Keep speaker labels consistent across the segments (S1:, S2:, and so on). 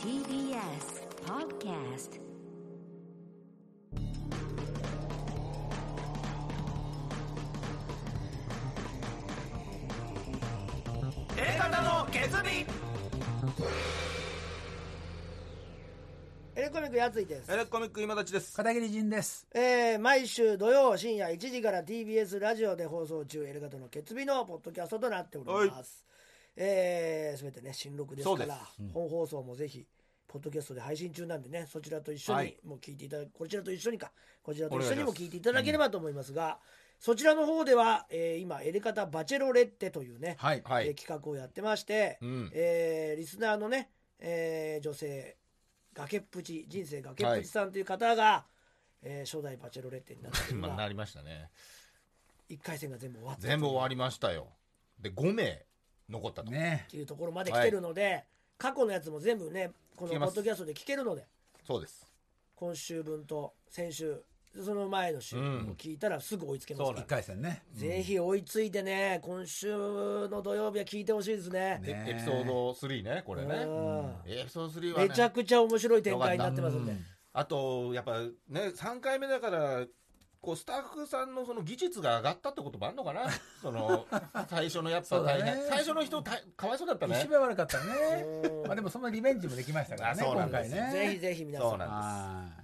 S1: TBS Podcast
S2: 方の決意
S3: エレコミックやついです
S2: エ、レコミック今立ちです
S4: 片桐仁です。
S3: えー毎週土曜深夜1時から TBS ラジオで放送中エレガトの決日のポッドキャストとなっておりますえすべてね新録ですから
S2: そう
S3: 本放送もぜひポッドキャストで配信中なんでねそちらと一緒に、
S2: はい
S3: もう聞いていただこちらと一緒にかこちらと一緒に
S2: お願いしま
S3: も
S2: す
S3: 聞いていただければと思いますがそちらの方では、えー今エレカタバチェロレッテというね、
S4: はい。
S2: は
S3: えー企画をやってまして、
S2: うん
S3: えーリスナーのね、えー女性崖っぷち人生崖っぷちさんという方が、えー初代バチェロレッテになっ て
S2: まあな
S3: 今
S2: りましたね
S3: 1回戦が全部終わった
S2: 全部終わりましたよで5名残ったと、
S4: ね
S3: っていうところまで来てるので、過去のやつも全部ねこ
S2: 聞け
S3: の
S2: ま
S3: ポ
S2: す
S3: ッドキャストで聞けるので
S2: そうです
S3: 今週分と先週その前の週
S2: うん
S3: も聞いたらすぐ追いつけ
S2: そ
S3: ます
S2: うな
S3: か
S2: ん
S3: ら
S4: 一、回戦ね。
S3: ぜひ追いついてね今週の土曜日は聞いてほしいですね
S2: で
S4: ね
S2: エピソード3ねこれね
S3: うん
S2: エピソード3は、ね、
S3: めちゃくちゃ面白い展開になってますんで、
S2: あとやっぱね3回目だからこうスタッフさんのその技術が上がったってこともあるのかなその最初のやっぱ
S4: そうだ
S2: 大
S4: ね
S2: 変、最初の人たかわいそうだったね
S4: 一番悪かったね
S3: うん。
S4: まあでもそのリベンジもできましたからね、
S2: あそうなん
S4: 今
S2: で
S4: 回
S2: す
S4: ね。
S3: ぜひぜひ皆さ
S2: そうんなんです
S4: は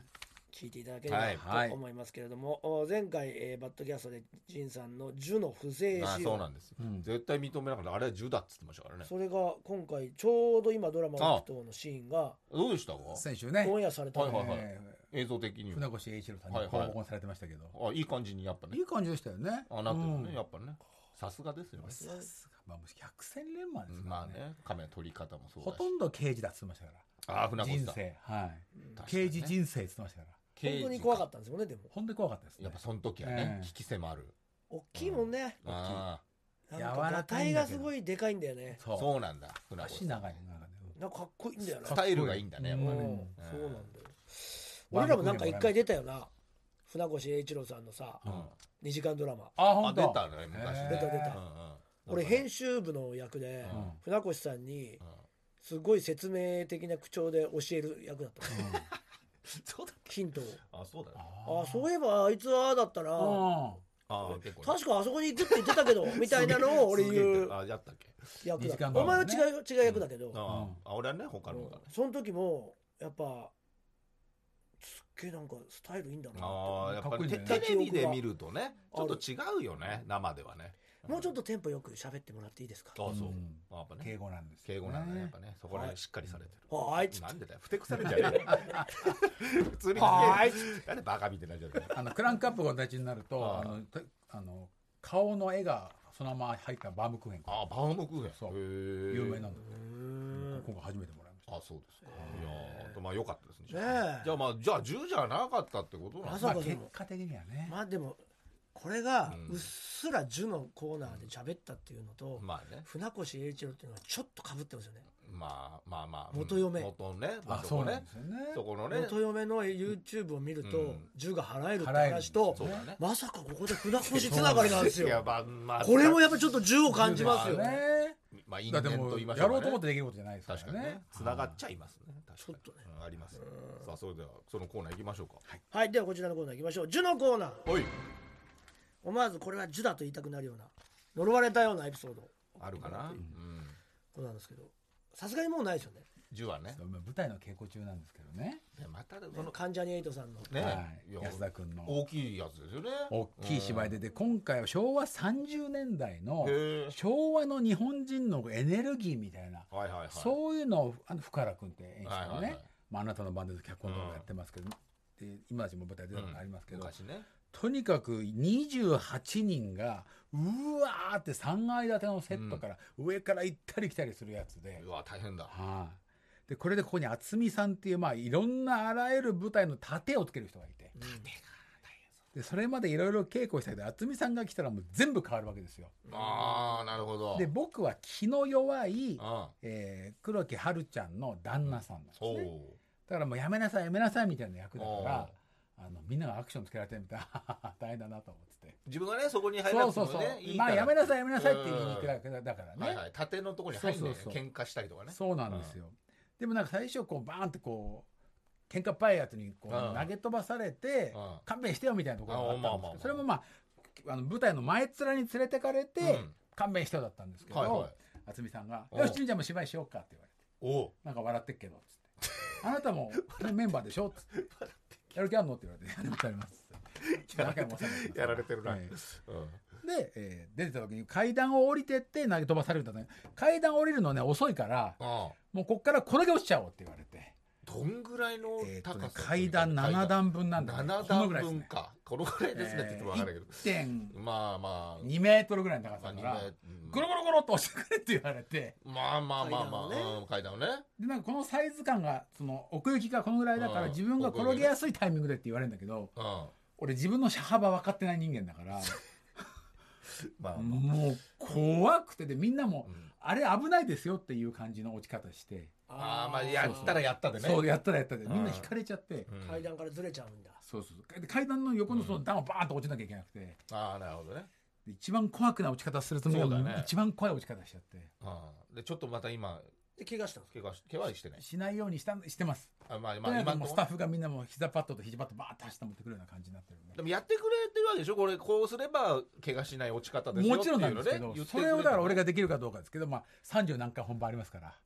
S3: 聞いていただければ
S4: はい
S3: と思いますけれども、お前回、えーバッドキャストでジンさんの「ジュの不正
S2: あ
S3: 使
S2: そう
S3: 用
S2: なんですよ、
S4: うん
S2: 絶対認めなかったあれは10だっつってましたからね
S3: それが今回ちょうど今ドラマ「オクトのシーンが
S2: どうでしたか
S4: い。先週ね
S3: オ、ンエアされたの、
S2: はいはいはい
S4: え
S2: 映像的に
S4: ー
S2: も
S4: 船越英一郎さんに
S2: はいはい
S4: ボコボコにされてましたけど、
S2: あいい感じにやっぱね
S4: いい感じでしたよね。
S2: あなってるね、
S4: うん
S2: やっぱねさすがですよね
S4: さすが、まあもう百戦錬磨ですから
S2: まあ
S4: ね。
S2: ねカメラ撮り方もそうだ
S4: ほ
S2: し
S4: とんど刑事だっつってましたか
S2: ああ船
S4: ら。
S2: 越
S4: 人
S2: さん
S4: 生、はい。
S2: 確かにね
S4: 刑事人生っつってましたから。
S3: 本当に怖か
S2: っ
S3: ったんですよねでも
S4: 本当に怖かったです
S2: たや
S4: ね
S2: っぱ。その時はね、
S4: ええ
S2: 引き迫る
S3: 大きいもんね、
S2: あ
S3: なんか
S4: 柔
S3: が
S4: らか
S3: 体
S4: いんだ
S3: が
S4: けど
S3: すごいでかいんだよね
S2: あ
S4: そ
S2: そうなんだ船越
S4: 足
S2: さん
S4: 長いねなんかね。
S3: なんかかっこいいんだよな
S2: スタイルがいいんだねやっ
S3: う
S2: ぱ
S3: ん
S2: ね
S3: そううんなんだよ俺らもなんか一回出たよな船越英一郎さんのさ、
S2: うん
S3: 2時間ドラマ
S4: あ、
S2: あ
S4: 本
S2: 出
S4: 当。
S2: たね昔ね
S4: へー
S3: 出た出た
S2: うんうん
S3: 俺
S2: なんかね
S3: 編集部の役で、
S2: うん
S3: 船越さんに
S2: うん
S3: すごい説明的な口調で教える役だったの、
S2: そうだ
S3: ヒントを
S2: あそうだね
S3: ああそういえばあいつはああだったな
S4: うん。
S2: あー結構ね
S3: 確かあそこに行くって言ってたけどみたいなのを俺言う
S2: あやったっけ
S3: 役
S4: 二
S3: だ
S4: 時
S3: った、
S4: 間
S3: お
S4: 番
S3: 前は
S4: 組ね
S3: 違う違う役だけど、
S2: あ
S4: う
S2: あ
S4: ん
S2: 俺はね他の方だね
S3: その時もやっぱすっげえなんかスタイルいいんだなって
S2: ああやっぱり
S4: か
S2: テ
S4: っこいいん
S2: テ
S4: だよね
S2: レビで見るとねちょっと違うよね生ではね
S3: もうちょっとテンポよく喋ってもらっていいですか
S2: あそう、
S4: うん
S2: やっぱ
S4: 敬
S2: ね
S4: 語なんですよね。
S2: 敬語なんだねやっぱねそこら辺しっかりされてる、
S3: はーいっつって
S2: なんでだよふてくされんじゃねえよ 普通に
S3: はーいっ
S2: なんでバカみたいになっちゃった
S4: あのクランクアップが同じになると、
S2: あ
S4: あのとあの顔の絵がそのまま入ったバームクーヘン
S2: あバウムクーヘン
S4: そう
S2: へー
S4: 有名なんだ
S3: うー
S4: けど、
S3: ん
S4: 今回初めてもらいました。
S2: あそうですかいやーあとまあ良かったですねじゃあ
S3: ねえ
S2: じゃあまあじゃあ10じゃなかったってことなん
S3: ま
S2: だ
S3: さ
S4: ま
S3: か
S4: あ
S3: でも
S4: 結果的にはね、
S3: まあでもこれが
S2: うん
S3: うっすら「ジュのコーナーで喋ったっていうのと、
S2: まあね
S3: 船越英一郎っていうのはちょっとかぶってますよね
S2: まあまあまあ
S3: 元嫁
S2: うん元ね、まあ、
S4: あ
S2: そ
S4: そ
S2: こ
S4: うなん
S2: ね
S4: ですよね。
S2: そこのね
S3: 元嫁の YouTube を見る
S2: う
S3: と
S2: ん
S3: 銃が払えるって
S4: 払えるんで
S3: 話
S4: すよ
S3: と
S2: そうだね
S3: まさかここで船越つながりなんです
S2: いや
S3: よ
S2: まあまあ
S3: これもやっぱちょっと銃を感じますよ
S2: 銃だ
S3: ね
S4: ね。
S2: まあ因
S4: だ
S2: 縁
S4: っても
S2: と言
S4: う
S2: いまし
S4: や
S2: ょうかね
S4: ろうと思ってできることじゃないですか
S2: 確からにね
S4: ね。
S2: 繋がっちゃいますね確かに
S3: ちょっとね
S2: うんありますねさあそれではそのコーナー行きましょうかはい
S3: はいではこちらのコーナー行きましょう銃のコーナー
S2: おい
S3: 思わずこれは銃だと言いたくなるような呪われたようなエピソード
S2: あるかなうん
S3: こうなんですけどさすがにもうないですよね
S2: 10はね
S4: 今舞台の稽古中なんですけどね。
S2: いやまたその
S3: 関ジャニエイトさんの
S2: ね
S4: はい
S2: いや
S4: 安田君の
S2: 大きいやつですよね
S4: 大きい芝居でで今回は昭和30年代の
S2: へー
S4: 昭和の日本人のエネルギーみたいな
S2: はいはいはい
S4: そういうのをあの福原君って演出
S2: はい
S4: の
S2: はいは
S4: ね
S2: い
S4: まああなたの番で脚本とかやってますけど、で今たちも舞台出たことありますけど、
S2: 昔ね
S4: とにかく28人がうわーって3階建てのセットから上から行ったり来たりするやつで、
S2: うわ大変だ
S4: はいでこれでここに渥美さんっていう、まあ、いろんなあらゆる舞台の盾をつける人がいてでそれまでいろいろ稽古したけど渥美さんが来たらもう全部変わるわけですよ。
S2: ああなるほど
S4: で僕は気の弱い、
S2: あ
S4: えー黒木華ちゃんの旦那さんなんです
S2: お
S4: ね。
S2: う
S4: だからもうやめなさいやめなさいみたいな役だか
S2: おう
S4: らあのみんながアクションつけられてみたいな大変だなと思ってて。
S2: 自分がね、そこに入ら
S4: そ
S2: な
S4: う
S2: くて
S4: そう
S2: も
S4: そう。
S2: ね、いい
S4: ま
S2: か
S4: あ
S2: ら
S4: やめなさいやめなさいっていう言い方だだからね、
S2: はいはい、縦のところに入んね
S4: そうそうそう
S2: 喧嘩したりとかね。
S4: そうなんですよ。でもなんか最初こうバーンってこう喧嘩っぱいやつにこ
S2: うん
S4: う投げ飛ばされて
S2: うん
S4: 勘弁してよみたいなところがあったんですけど、
S2: あ
S4: それもまああの舞台の前面に連れてかれて、
S2: うん
S4: 勘弁してよだったんですけど、
S2: はいはい。
S4: 渥美さんが「
S2: うん
S4: よし純ちゃんも芝居しようか」って言われて
S2: おう
S4: 「なんか笑ってっけど」っつって「あなたも、ね、メンバーでしょ」っつって「やる気あんの?」って言われて「やる気あります」
S2: やられ
S4: 中山さんです
S2: やられてるな。
S4: は
S2: う
S4: い
S2: ん
S4: で、えー出てた時に階段を降りてって投げ飛ばされるんだね階段降りるのね遅いから
S2: ああ
S4: もうこっからこれで落ちちゃおうって言われて、
S2: どんぐらいの
S4: えーっと
S2: 高
S4: ね
S2: さ、
S4: 階段7段分なんだ、ね、
S2: 7
S4: この
S2: 段
S4: ぐらいです
S2: 分
S4: ね
S2: か。このぐらいですねって言っても分かるけど。
S4: えー
S2: まあまあ。
S4: 1.2メートルぐらいの高
S2: ま
S4: さ
S2: あ
S4: だ
S2: 二
S4: から
S2: メうん
S4: ゴロゴロゴロっと押してくれって言われて
S2: まあまあまあま
S3: 階段を
S2: あ、うん階段をね。
S4: でなんかこのサイズ感がその奥行きがこのぐらいだから
S2: うん
S4: 自分が転げやすいタイミングでって言われるんだけど
S2: うん。
S4: 俺自分の車幅分かってない人間だから
S2: まあまあ。
S4: もう怖くてでみんなも
S2: うん
S4: あれ危ないですよっていう感じの落ち方して
S2: ああ、まあ、やったらやったでね。
S4: そうやったらやったで
S2: うん
S4: みんな引かれちゃって
S2: うん
S3: 階段からずれちゃうんだ
S4: そうそうそうで階段の横のその段をバーンと落ちなきゃいけなくて
S2: ああ、なるほどね。
S4: で一番怖くない落ち方するとも
S2: そう
S4: う
S2: だね
S4: 一番怖い落ち方しちゃって
S2: うんで、ちょっとまた今、
S3: で怪我したんですか
S2: 怪我し怪我してね。
S4: しないようにしたんしてます
S2: あまあ
S4: と
S2: ま
S4: に
S2: あ、今
S4: かく
S2: の
S4: も
S2: と
S4: うス
S2: こ
S4: タッフがみんなもう膝パッドと肘パッドバーンと走って持ってくるような感じになってるんで
S2: でもやってくれてるわけでしょこれ、こうすれば怪我しない落ち方ですよ
S4: もちろんなんですけ
S2: っ
S4: ど、
S2: ていうのをね言って
S4: そ
S2: く
S4: れ
S2: る
S4: をだから俺ができるかどうかですけど、まあ、30何回本番ありますから、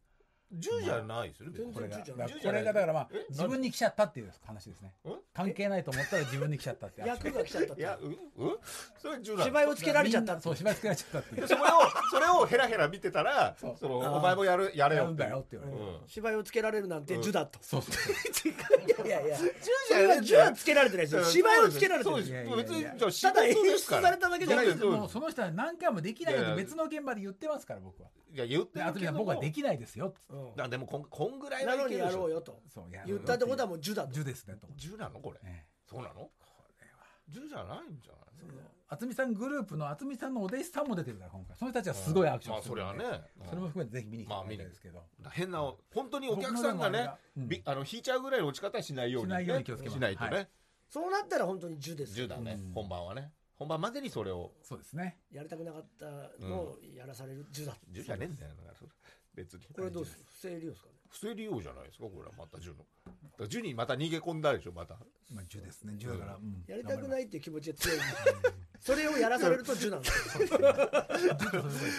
S2: 10じゃないですよね、別に
S3: 全
S4: これ
S3: 然
S4: が。
S3: 10じゃない
S4: だからこれがだからまあ
S2: え、
S4: 自分に来ちゃったっていう話ですね
S2: ん。
S4: 関係ないと思ったら自分に来ちゃったって。
S3: 役が来ちゃったっ
S2: い
S3: て
S2: や、うんうんそれ10なの
S3: 芝居をつけられちゃったっ
S4: みんな
S3: て
S4: そう、芝居つけられちゃったってい
S2: で
S4: う。
S2: それを、それをヘラヘラ見てたら、
S4: そう
S2: その、お前もやる、やれ
S4: や
S2: よ
S4: る
S2: っ
S4: ん
S2: て。
S4: だよって言わ
S2: う
S4: れ
S2: ん
S4: て。。
S3: 芝居をつけられるなんて呪だ と、
S4: そうそう。
S3: いやいやいや
S2: じ
S3: そ
S2: ゃ
S3: れ
S2: ないんだよ
S3: は銃はつけられてないですよ
S2: うん
S3: 芝居をつけられて
S2: そ
S3: る
S2: うんで
S3: ですすよ
S4: いやいやいや
S2: 別に、じゃあ、仕
S3: ただ演
S2: 事で
S3: 出
S2: すか
S3: さ
S2: ら
S3: れただけじゃないです
S2: そう
S4: もうその人は何回もできないよ
S2: い
S4: っ
S2: や
S4: て
S2: いや
S4: 別の現場で言ってますから、僕は。
S2: いや、言って
S4: で、
S2: る
S4: あと
S2: けども
S4: 僕はできないですよっつって。
S3: うん
S2: だでもこん、こんぐらい
S3: な
S2: は
S3: の
S2: いける
S3: にや
S2: でし
S3: ろう
S2: ょ。
S3: よと
S4: そう、
S3: 言ったってことはも
S4: う。
S3: う銃だと
S4: 10ですね、と。
S2: 10なのこれ。
S4: ええ
S2: そうなの10じゃないんじゃない
S4: 渥美さんグループの渥美さんのお弟子さんも出てるから、今回。その人たちはすごいアクショ
S2: ま
S4: ン
S2: あ、
S4: する
S2: そ
S4: ん
S2: れ
S4: で。
S2: はね。うん
S4: それも含めてぜひ見に来て
S2: まあ
S4: もらいたいですけど。
S2: 変な、本当にお客さんがね、
S4: 僕のでもあれがうん
S2: びあの引いちゃうぐらいの落ち方はしないように、ね、
S4: しないように気をつけます
S2: しないとね、
S4: は
S3: そうなったら本当に銃ですよ
S2: 10だね、
S4: うん
S2: 本番はね本番までにそれを
S4: そうですね。
S3: やりたくなかったのをやらされる銃だと
S2: 10じゃねえんだよだからそれ別に
S3: これどうです不正利用ですかね
S2: 不正利用じゃないですかこれはまた10のだから10にまた逃げ込んだでしょまた
S4: まあ、10ですね。10だから。うん
S3: やりたくないっていう気持ちが強いんでそれをやらされると銃なんですよ
S4: 10とそういうことです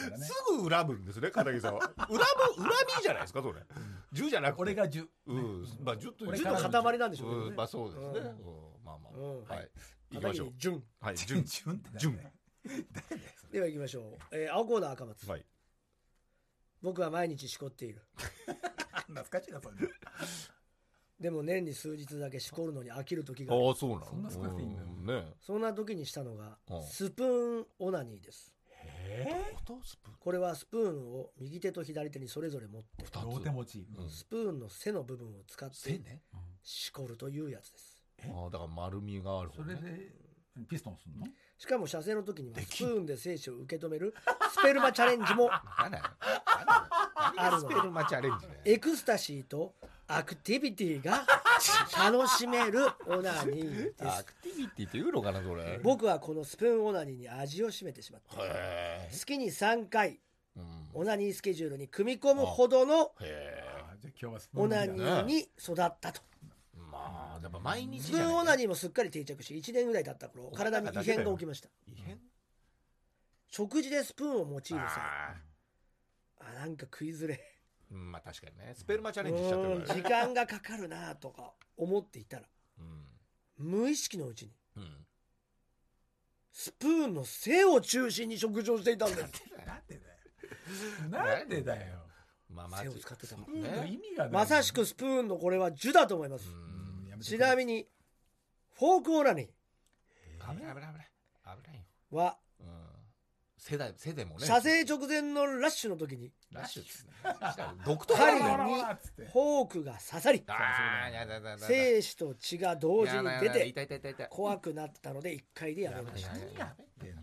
S4: からね
S2: す。ぐ恨むんですね片桐さんは恨む恨みじゃないですかそれ10じゃなくて
S4: 俺が10。
S2: うんまあ10という
S4: 俺
S3: 銃
S4: か
S3: の
S4: ら
S3: 塊なんでしょうけど
S2: う
S3: ね
S2: んまあそうですね、
S3: う
S2: う
S3: ん
S2: んまあまあ、
S3: うん
S2: はい行き
S3: 片
S2: ましょう
S3: 桐銃
S2: はい
S4: 10
S2: 10
S4: って誰
S2: 順
S4: だよ。
S3: では行きましょう、えー青コーナー赤松、
S2: はい
S3: 僕は毎日しこっている
S4: 懐かしいな、それ。
S3: でも年に数日だけしこるのに飽きる時がある
S2: ああそうなの
S4: そんな少なくていいんだよ
S2: うんね
S3: そんな時にしたのが
S2: うん
S3: スプーンオナニーです
S4: え
S2: 音スプーン
S3: これはスプーンを右手と左手にそれぞれ持って
S2: 二つ
S4: 両手持ち。
S2: うん
S3: スプーンの背の部分を使って
S2: ね
S3: しこるというやつです
S2: ああだから丸みがある
S4: そ
S2: 方ね
S4: れで、ピストンすんの
S3: しかも射精の時には
S2: で
S3: ス
S2: き
S3: プ
S2: ん
S3: ーンで精子を受け止めるスペルマチャレンジも
S2: あら
S3: あ
S2: あ
S3: る
S2: る
S3: の
S2: スペルマチャレンジね
S3: エクスタシーとアクティビティが楽しめるオナニーで
S2: ア
S3: す
S2: クティビティって言うのかなそれへ
S3: 僕はこのスプーンオナニーに味を占めてしまった
S2: え
S3: 月に3回
S2: うん
S3: オナニースケジュールに組み込むほどの
S2: へえ
S4: あじゃあ今日はスプー
S3: オ
S4: ンだ
S3: ナ
S4: けだ
S3: ニーに
S4: ね
S3: 育ったと
S2: まあでも毎日
S3: ス
S2: じ
S3: プー
S2: ゃ
S3: ンオ
S2: な
S3: ナ
S2: い
S3: ニーもすっかり定着し1年ぐらい経った頃体に異変が起きました
S2: 異変
S3: 食事でスプーンを用いる際
S2: あ
S3: あなんか食いずれ
S2: ーうんまあ確かにねスペルマチャレンジしちゃって
S3: う
S2: る
S3: ん
S2: から
S3: 時
S2: ね
S3: 間がかかるなとか思っていたら
S2: うん
S3: 無意識のうちに
S2: うん
S3: スプーンの背を中心に食事をしていたんです
S4: なんでだよ。なんでだよ。
S2: まあま
S3: 背を使ってたもん
S4: スプーンの
S2: ね
S4: 意味がない。
S3: まさしくスプーンのこれは樹だと思いま
S2: う
S3: す
S4: うん。
S2: ん
S4: やめて
S3: ちなみにフォークオナニ
S2: 危ない危ない危ない危ないよ
S3: ーは
S2: うん世代世代もね
S3: 射精直前のラッシュの時に
S2: ラッシュですね独特
S4: ほら
S2: だ
S3: 針
S4: ほら
S2: ね
S4: ほら
S3: が
S4: ほらっつって。
S3: フォークが刺さり
S2: ああやだやだやだ
S3: 精子と血が同時に出
S2: やだやだ痛
S3: て
S2: い痛い痛い痛い
S3: 怖くなったので一回でやめまし
S2: や
S3: た
S2: め
S4: 何やってんだよ。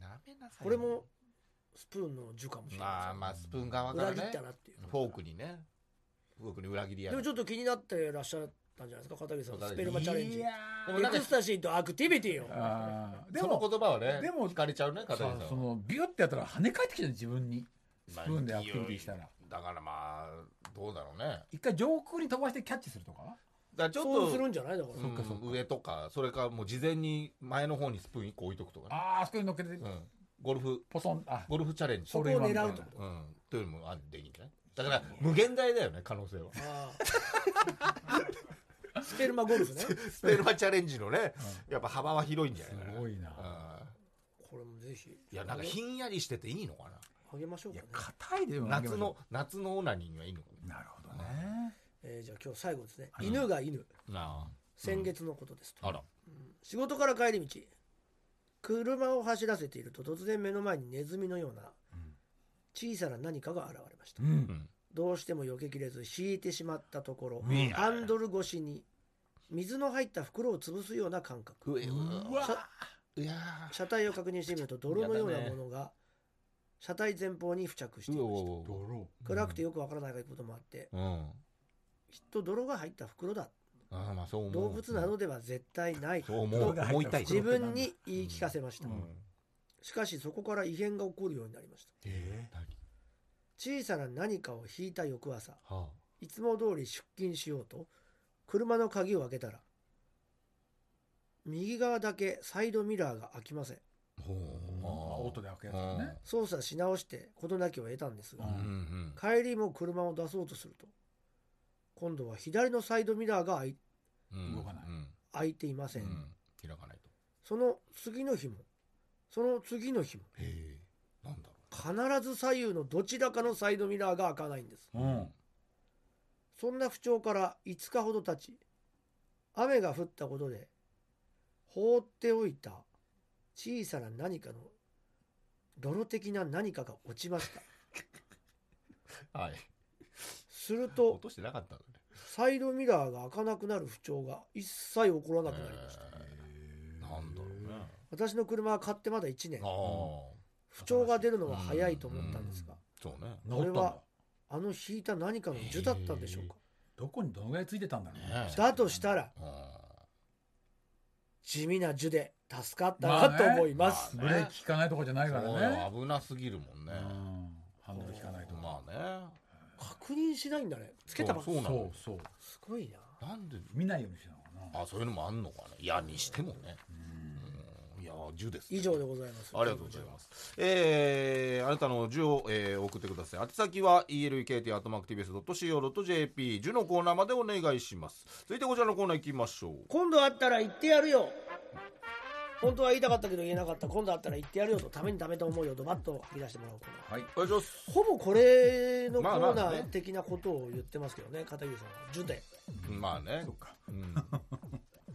S2: なめなさい
S3: これもスプーンの樹かもしれ
S2: まあ
S3: な
S2: まあスプーン側
S3: い
S2: から
S3: 裏切っ
S2: ね
S3: たなっていう
S2: フォークにねフォークに裏切りや
S3: でもちょっと気になってらっしゃっったんじゃないですか片桐さんの
S2: 片
S3: ス
S2: 桐
S3: ペルマチャレンジ
S4: いや
S2: でも
S3: エ
S2: なんか
S3: クスタシーとアクティビティを
S4: ーあーで
S2: その
S4: も
S2: 言葉はね、
S4: でも
S2: 惹かれちゃうね、片桐さん
S4: さ
S2: は。
S4: そのビュってやったら跳ね返ってきたの自分にスプ
S2: まあ
S4: ーンでアクティビティしたら。
S2: だからまあ、どうだろうね。だか
S4: 一回上空に飛ばしてキャッチするとか
S2: らちょっ
S3: そう
S2: と、
S3: するんじゃないだか
S2: うん
S3: ら
S4: かそっか
S2: 上とか、それかもう事前に前の方にスプーン1個置いとくとかね。
S4: あーあそこに乗っけて
S2: うん。ゴルフ、
S4: ポソンあ
S2: ゴルフチャレンジ。
S3: そこを狙うってこ
S2: うん。というのもあんでいいんじゃないだから、無限大だよね、可能性は。
S3: とああスペルマゴルフね
S2: スペルマチャレンジのね、やっぱ幅は広いんじゃ
S4: す
S2: ないかな。
S4: ごいな
S3: これもぜひ
S2: うんいや、なんかひんやりしてていいのか
S3: あげましょう
S4: い
S3: か
S4: や
S3: ね、
S4: 硬いでも
S2: な夏の、夏のオナニーにはいいのか
S4: なるほどね
S3: えーじゃあ今日最後ですね
S2: ん
S3: 犬が犬
S2: なな
S3: 先月のことですと、
S2: あ。あら。
S3: 仕事から帰り道車を走らせていると突然目の前にネズミのような小さな何かが現れました、
S4: うん
S2: ん。
S3: どうしても避けきれず引いてしまったところ
S4: うわ
S3: ハンドル越しに水の入った袋を潰すような感覚
S2: うえ
S4: う
S2: う
S4: わ
S2: わ。
S3: 車
S2: いや
S3: 車体を確認してみると泥のようなものが車体前方に付着して
S2: ー。
S3: いうました
S2: おうおう
S4: 泥
S3: 暗くてよくわからないこともあって
S2: うん。
S3: きっと泥が入った袋だ
S2: ああ、まあそう思う。
S3: 動物などでは絶対ない
S2: そう思う。
S4: が入った
S2: 思いたい。
S3: 自分に言い聞かせました、
S2: うん。
S3: しかしそこから異変が起こるようになりました
S4: え
S2: 何
S3: 小さな何かを引いた翌朝
S2: はい
S3: つも通り出勤しようと車の鍵を開けたら右側だけサイドミラーが開きません
S2: あ。ほう。
S4: あ音で開くやつだね
S3: 操作し直して事なきを得たんですが、
S4: う
S2: うんんうん。
S3: 帰りも車を出そうとすると今度は左のサイドミラーが開い
S2: うん
S4: 動かない
S2: うん。
S3: 開いていません、
S2: うん開かないと。
S3: その次の日もその次の日も
S2: へえ。なんだろ
S3: 必ず左右のどちらかのサイドミラーが開かないんです
S4: うん
S3: そんな不調から5日ほど経ち、雨が降ったことで、放っておいた小さな何かの泥的な何かが落ちました。
S2: う。はい。
S3: する
S2: 落
S3: と、
S2: としてなかったんだね。
S3: サイドミラーが開かなくなる不調が一切起こらなくなりました。
S2: えーなんだろうね。
S3: 私の車は買ってまだ1年
S2: あ、あ。
S3: 不調が出るのは早いと思ったんですが、
S2: そうね。
S4: 治ったん
S3: これ
S4: だ
S3: はあの引いた何かの樹だったんでしょうか。
S4: どこにどのぐらいついてたんだろうね
S2: ねえ
S3: だとしたら、
S2: う
S3: 地味な樹で助かったなと思います。
S4: ブレーキ効かないとこじゃない
S2: ん。
S4: から
S2: そう
S4: ね
S2: よ危なすぎるもん
S4: う
S2: ね。
S4: んハンドル効かないと
S2: まあね。
S3: 確認しないんだね。つけたばっか
S2: そうな
S4: そ
S2: の
S4: うそう
S3: すごいな。
S2: なんで、
S4: 見ないようにしてたのかな
S2: あ、そういうのもあんのかね。いや、にしてもね。うんいや、10です、
S3: 以上でございます。
S2: ありがとうございます。えー、あなたの10を、えー、送ってください。宛先は elkt.mactvs.co.jp、10のコーナーまでお願いします。続いてこちらのコーナー行きましょう。
S3: 今度会ったら言ってやるよ本当は言いたかったけど言えなかった今度会ったら言ってやるよとためにためと思いをドバッと吐き出してもらおうかな
S4: はい
S2: お願いします。
S3: ほぼこれのコ
S2: まあま
S3: ー
S2: あ
S3: ナー
S2: ね
S3: 的なことを言ってますけどね片桐さんは10点
S2: まあね
S4: そ。うか
S2: うん。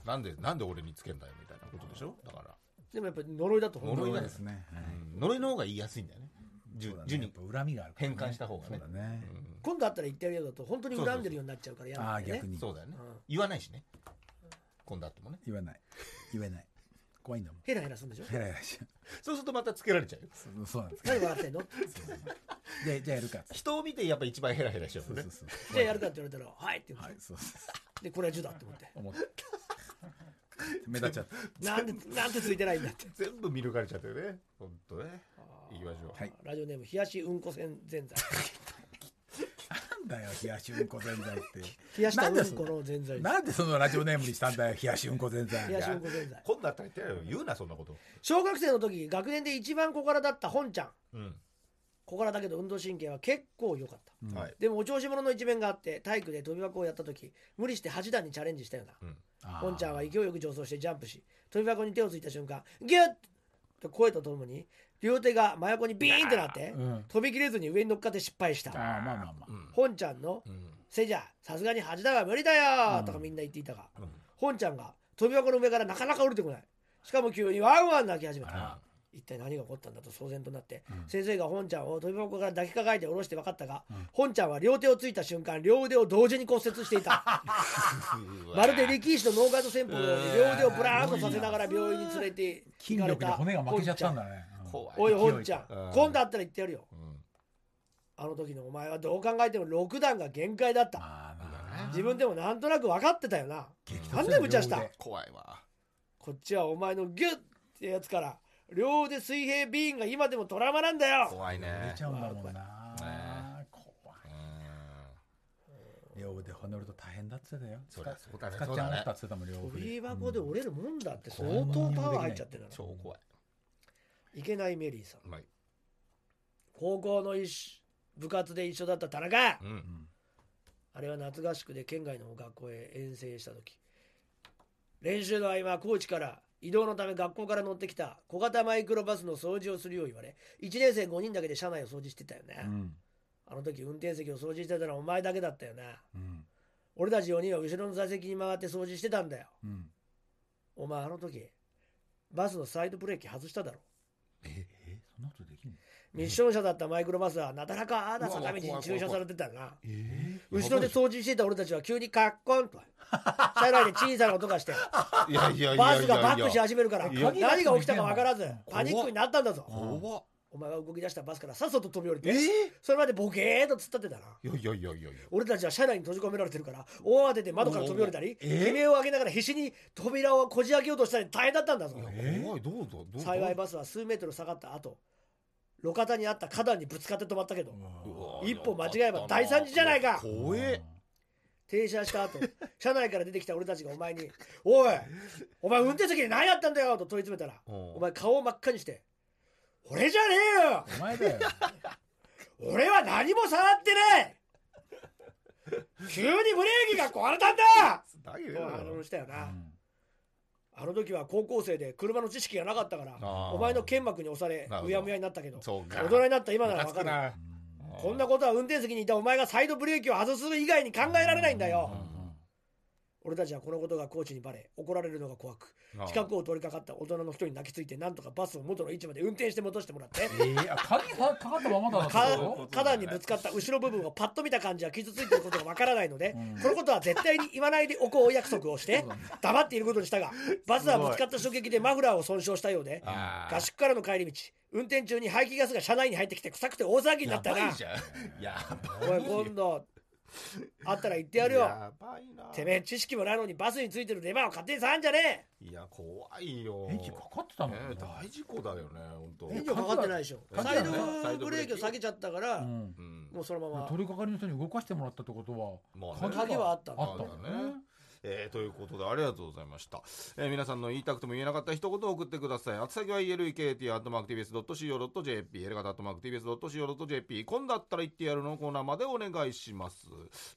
S2: なんで、なんで俺につけんだよみたいなことでしょだから。
S3: でもやっぱり呪いだと思う
S2: 呪い
S4: そう
S2: だ
S4: ですねは
S2: う
S4: い
S2: ん、呪いの方が言いやすいんだよね。
S4: そうだ
S2: 10,
S4: ね
S2: 10
S4: や
S2: に
S4: っぱ恨みがあるからね
S2: 変換した方がね
S4: そうだね
S3: 今度会ったら言ってやるよだと本当に恨んでるようになっちゃうから嫌
S4: あ
S3: な
S4: あ
S3: んだよ
S4: 逆
S3: ね
S4: に
S2: そうだよね
S3: うん。
S2: 言わないしね。今度あってもね。
S4: 言わない言えない怖いんだもん
S3: ヘラヘラするんでしょ
S4: ヘラヘラしちゃ
S2: そうするとまたつけられちゃうよ。
S4: うそうなんです
S3: 何笑ってんの
S4: じゃあじゃあやるかっつって
S2: 人を見てやっぱ一番ヘラヘラしちゃう
S4: そう
S2: もん
S4: そ
S2: ね
S4: う。そう
S3: じゃあやるかって言われたら「はい」って言うん
S4: は
S3: で
S4: い
S3: す
S4: そうそうそ
S3: でこれは10だって思って
S4: う思って目立っちゃった
S3: なんでなんてついてないんだ って
S2: 全部見抜かれちゃったよね。本当ね。行きましょう。
S4: はい
S3: ラジオネーム冷やしうんこせんぜんざい
S4: なんだよ冷やしうんこぜんざいって
S3: 冷やした
S4: なんで
S3: う
S4: そ
S3: んこのぜんざい
S4: なんでそのラジオネームにしたんだよ冷やしうんこぜんざい
S3: 冷やしうんこぜんざい
S2: 今度あったら言ってやるよ。言うな、そんなこと。
S3: 小学生の時学年で一番小柄だった本ちゃ
S2: う
S3: ん
S2: ん。
S3: 小柄だけど運動神経は結構良かった、
S4: うん
S2: はい。
S3: でもお調子者の一面があって体育で飛び箱をやった時無理して8段にチャレンジしたような、
S2: うん。
S4: あー
S3: 本ちゃんは勢いよく上走してジャンプし飛び箱に手をついた瞬間ギュッと声とともに両手が真横にビーンとなって、
S4: うん
S3: 飛びきれずに上に乗っかって失敗し
S4: あー
S3: た
S4: まあまあまあ
S3: 本ちゃんの
S2: うん。
S3: 「せいじゃさすがに8段は無理だよ」
S4: うん
S3: とかみんな言っていたが、
S2: うん
S3: 本ちゃんが飛び箱の上からなかなか降りてこないしかも急にワンワン泣き始め
S4: あら
S3: た一体何が起こったんだと騒然となって、先生が本ちゃんを飛び箱から抱きかかえて下ろして分かったが、本ちゃんは両手をついた瞬間両腕を同時に骨折してい たまるで力士のノーガード戦法のように両腕をブラーンとさせながら病院に連れて
S4: 筋力で骨が負けちゃったんだ
S3: ね
S4: ねうん
S2: 怖い。
S3: おい本ちゃん
S2: うん
S3: 今度あったら言ってやるよ
S2: うん。
S3: あの時のお前はどう考えても6段が限界だった
S4: まあな
S3: 自分でもなんとなく分かってたよななんで無茶した
S2: 怖いわ
S3: こっちはお前のギュッってやつから両腕水平ビーンが今でもトラウマなんだよ
S2: 怖い
S4: 出
S2: ね
S4: ちゃうんだもんな、
S2: ね
S4: 怖
S2: う
S4: い
S2: ん
S4: 両腕骨折ると大変だっつってたよ使
S2: そうだそうだね
S4: 使っちゃなかったっつってたもん両
S3: 飛
S4: 腕
S3: び箱で折れるもんだって相
S4: うん
S3: 当パワー入っちゃってるから
S2: 超怖い
S3: いけないメリーさん
S2: うまい
S3: 高校の一緒部活で一緒だった田中
S2: う
S4: うんん
S3: あれは夏合宿で県外の学校へ遠征した時練習の合間コーチから移動のため学校から乗ってきた小型マイクロバスの掃除をするよう言われ1年生5人だけで車内を掃除してたよね、
S4: うん
S3: あの時運転席を掃除してたのはお前だけだったよな
S4: うん
S3: 俺たち4人は後ろの座席に回って掃除してたんだよ
S4: うん
S3: お前あの時バスのサイドブレーキ外しただろ
S4: ええそんなことできんの
S3: ミッション車だったマイクロバスはなだらかな坂道
S2: うわ
S3: に
S2: うわ怖い怖
S3: 駐
S2: い
S3: 車されてたよな
S4: え
S3: 後ろで掃除してた俺たちは急にカッコン と車内で小さな音がして
S2: いやいやい
S3: バ
S2: や
S3: ス
S2: い
S3: がバ
S2: やい
S3: ックし
S2: や
S3: 始めるから
S2: いや
S3: 何が起きたか分からず
S4: 怖
S3: パ
S4: っ
S3: ニックになったんだぞ
S2: 怖っ
S3: お前が動き出したバスからさっさと飛び降り
S2: えー
S3: てそれまでボケーっと突っ立ってたない
S2: やいやいやいやいや
S3: 俺たちは車内に閉じ込められてるから大慌てで窓から飛び降りたり
S4: おおえ
S3: 悲鳴を上げながら必死に扉をこじ開けようとしたり大変だったんだぞ
S4: え
S2: 怖いどうぞどうぞ
S3: 幸いバスは数メートル下がった後路肩にあった花壇にぶつかって止まったけど
S2: うわ
S3: 一歩間違えば大惨事じゃないか
S2: 怖え
S3: 停車した 後車内から出てきた俺たちがお前に「おいお前運転席で何やったんだよ!」と問い詰めたら
S2: うん
S3: お前顔を真っ赤にして「俺じゃねえよ
S4: お前 だよ
S3: 俺は何も触っ てねえ急にブレーキが壊れた んだ!
S2: だけ」
S3: と
S2: どよ
S3: 反論したよな、
S4: うん
S3: あの時は高校生で車の知識がなかったから
S2: あー
S3: お前の剣幕に押され
S2: なるほど
S3: うやむやになったけど
S2: そうか
S3: 大人になった今なら分か
S2: ムカ
S3: る
S2: つ
S4: うん
S2: くな
S3: こんなことは運転席にいたお前がサイドブレーキを外す以外に考えられないんだよ
S4: う
S3: 俺たちはこのことがコーチにバレ怒られるのが怖く
S2: ああ
S3: 近くを通りかかった大人の人に泣きついてなんとかバスを元の位置まで運転して戻してもらって
S4: えー、あ鍵さかかったままだな
S3: か
S2: そういうことだね
S3: 花壇にぶつかった後ろ部分をパッと見た感じは傷ついてることがわからないので、
S4: うん
S3: このことは絶対に言わないでおこう約束をして
S4: そうだね
S3: 黙っていることにしたがバスはぶつかった衝撃でマフラーを損傷したようで
S2: あー
S3: 合宿からの帰り道運転中に排気ガスが車内に入ってきて臭くて大騒ぎにな
S2: や
S3: ったな
S2: ばいじゃんやばい
S3: おい今度会ったら言ってやるよ
S2: やばいな
S3: てめえ知識もないのにバスについてるレバーを勝手に触んじゃね
S2: いや怖いよ
S4: エンジンかかってたの
S2: ね
S4: よ
S2: え大事故だよね本当
S3: えエン
S4: え
S3: ジンかかってないでしょ
S2: 鍵
S3: サ
S2: は
S3: イ
S2: ね
S3: ドブレーキを下げちゃったから、
S4: うん
S2: う、ん
S3: もうそのまま
S4: 取り掛かりの人に動かしてもらったってこと
S2: ま
S4: は
S2: あね
S3: 鍵はあったんだ
S4: あったんだ
S2: そうだ
S4: ね
S2: ねえーということでありがとうございました、えー皆さんの言いたくても言えなかった一言を送ってください宛先は elekt.tbs.co.jp l 型 .tbs.co.jp 今度だったら言ってやるのコーナーまでお願いします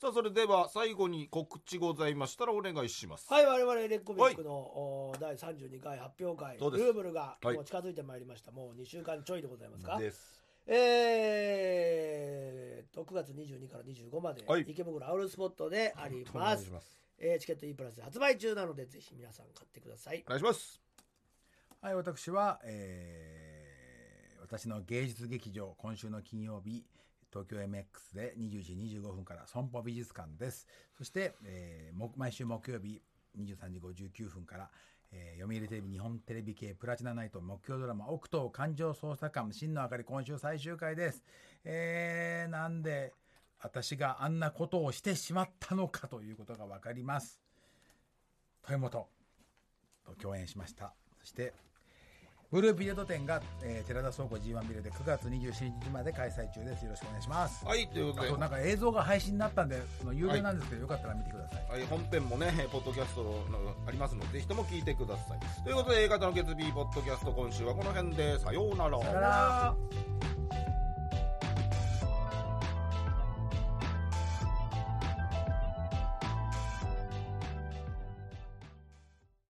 S2: さあそれでは最後に告知ございましたらお願いします
S3: はい、我々レッコミックの、お第32回発表会、
S2: そうです
S3: ルーブルがも
S2: はいう
S3: 近づいてまいりました、もう2週間ちょいでございますか。
S2: です
S3: えー、と9月22から25まで、
S2: はい
S3: 池袋アウルスポットであり
S2: お
S3: ま
S2: 願い
S3: す
S2: し。ます
S3: えーチケット E プラスで発売中なので、ぜひ皆さん買ってください
S2: お。願いします
S4: はい私は、えー、私の芸術劇場今週の金曜日東京 MX で20時25分から損保美術館ですそして、えー、も毎週木曜日23時59分から、えー、読売テレビ日本テレビ系プラチナナイト目標ドラマ「奥東環状捜査官真の明かり」今週最終回ですえー、なんで私があんなことをしてしまったのかということがわかります豊本と共演しましたそしてブルーピレード展が、えー、寺田倉庫 G1 ビルで9月27日まで開催中ですよろしくお願いします
S2: はいということ
S4: あ
S2: で
S4: となんか映像が配信になったんでその有料なんですけど、よかったら見てください
S2: はい、本編もね、えーポッドキャストのありますので、ぜひとも聞いてください。ということで、A 型の決意ポッドキャスト、今週はこの辺で、さようなら。
S4: さよなら